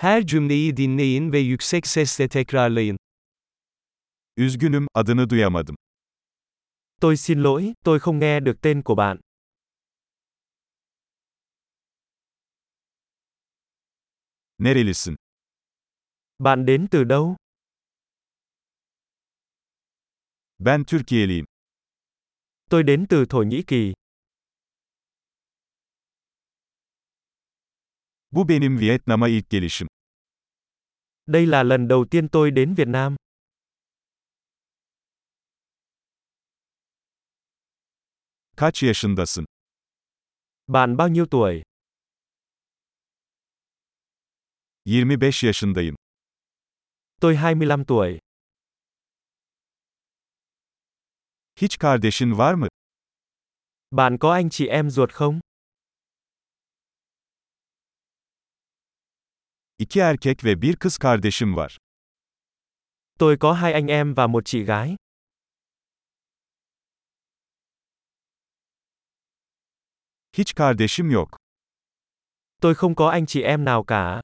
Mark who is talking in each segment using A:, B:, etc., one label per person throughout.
A: Her cümleyi dinleyin ve yüksek sesle tekrarlayın.
B: Üzgünüm, adını duyamadım.
C: Tôi xin lỗi, tôi không nghe được tên của bạn.
B: Nerelisin?
C: Bạn đến từ đâu?
B: Ben Türkiye'liyim.
C: Tôi đến từ Thổ Nhĩ Kỳ.
B: Bu benim Vietnam'a ilk gelişim.
C: Đây là lần đầu tiên tôi đến Việt Nam.
B: Kaç yaşındasın?
C: Bạn bao nhiêu tuổi?
B: 25 yaşındayım.
C: Tôi 25 tuổi.
B: Hiç kardeşin var mı?
C: Bạn có anh chị em ruột không?
B: İki erkek ve bir kız kardeşim var.
C: Tôi có hai anh em và một chị gái.
B: Hiç kardeşim yok.
C: Tôi không có anh chị em nào cả.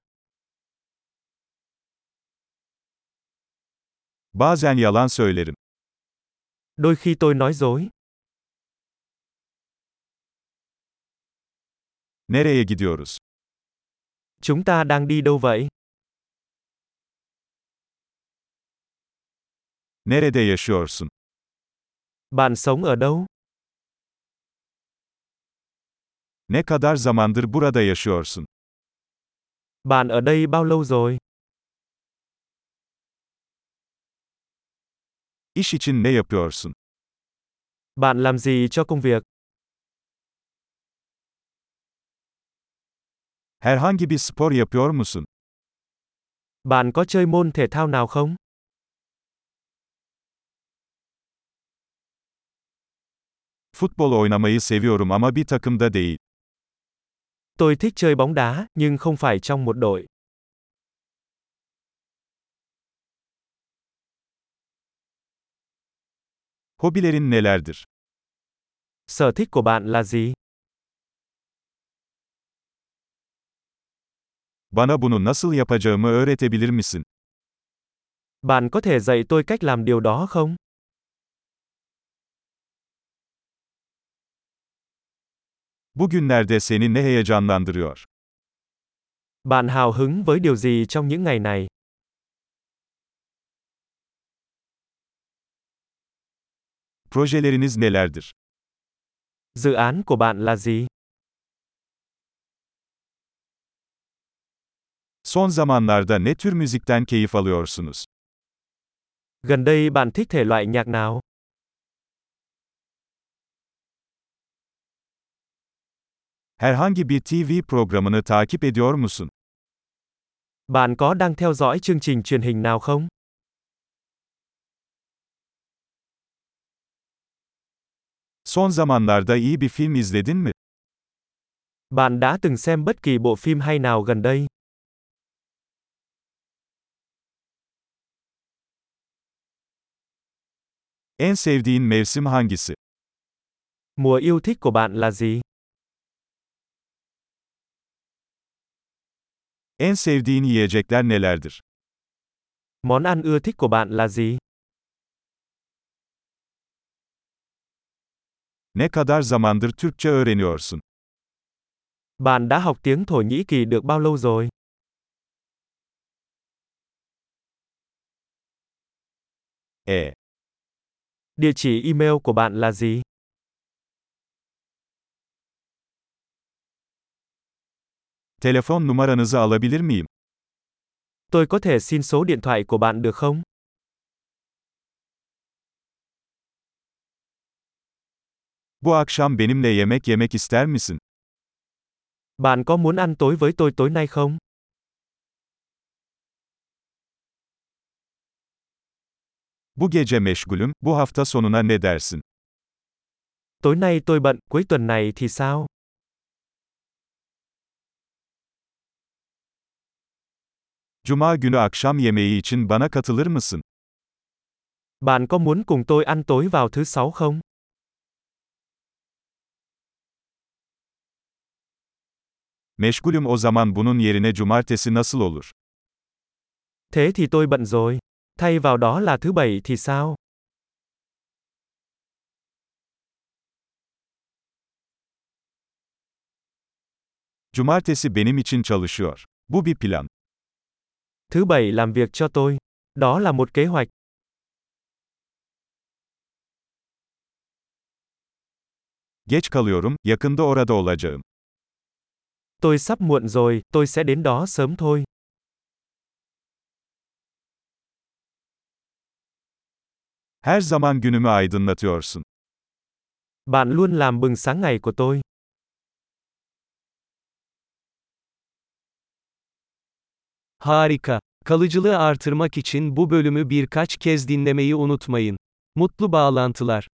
B: Bazen yalan söylerim.
C: Đôi khi tôi nói dối.
B: Nereye gidiyoruz?
C: Chúng ta đang đi đâu vậy?
B: Nerede yaşıyorsun?
C: Bạn sống ở đâu?
B: Ne kadar zamandır burada yaşıyorsun?
C: Bạn ở đây bao lâu rồi?
B: İş için ne yapıyorsun?
C: Bạn làm gì cho công việc?
B: Herhangi bir spor yapıyor musun?
C: Bạn có chơi môn thể thao nào không?
B: Futbol oynamayı seviyorum ama bir takımda değil.
C: Tôi thích chơi bóng đá, nhưng không phải trong một đội.
B: Hobilerin nelerdir?
C: Sở thích của bạn là gì?
B: Bana bunu nasıl yapacağımı öğretebilir misin?
C: Bạn có thể dạy tôi cách làm điều đó không?
B: Bugünlerde seni ne heyecanlandırıyor?
C: Bạn hào hứng với điều gì trong những ngày này?
B: Projeleriniz nelerdir?
C: Dự án của bạn là gì?
B: Son zamanlarda ne tür müzikten keyif alıyorsunuz?
C: Gần đây bạn thích thể loại nhạc nào?
B: Herhangi bir TV programını takip ediyor musun?
C: Bạn có đang theo dõi chương trình truyền hình nào không?
B: Son zamanlarda iyi bir film izledin mi?
C: Bạn đã từng xem bất kỳ bộ phim hay nào gần đây?
B: En sevdiğin mevsim hangisi?
C: Mùa yêu thích của bạn là gì?
B: En sevdiğin yiyecekler nelerdir?
C: Món ăn ưa thích của bạn là gì?
B: Ne kadar zamandır Türkçe öğreniyorsun?
C: Bạn đã học tiếng Thổ Nhĩ Kỳ được bao lâu rồi?
B: E.
C: Địa chỉ email của bạn là gì?
B: Telefon numaranızı alabilir miyim?
C: Tôi có thể xin số điện thoại của bạn được không?
B: Bu akşam benimle yemek yemek ister misin?
C: Bạn có muốn ăn tối với tôi tối nay không?
B: Bu gece meşgulüm, bu hafta sonuna ne dersin?
C: Tối nay tôi bận, cuối tuần này thì sao?
B: Cuma günü akşam yemeği için bana katılır mısın?
C: Bạn có muốn cùng tôi ăn tối vào thứ sáu không?
B: Meşgulüm o zaman bunun yerine cumartesi nasıl olur?
C: Thế thì tôi bận rồi. Thay vào đó là thứ bảy thì sao?
B: Cumartesi benim için çalışıyor. Bu bir plan.
C: Thứ bảy làm việc cho tôi. Đó là một kế hoạch.
B: Geç kalıyorum, yakında orada olacağım.
C: Tôi sắp muộn rồi, tôi sẽ đến đó sớm thôi.
B: Her zaman günümü aydınlatıyorsun.
C: Bạn luôn làm bừng sáng ngày của tôi.
A: Harika. Kalıcılığı artırmak için bu bölümü birkaç kez dinlemeyi unutmayın. Mutlu bağlantılar.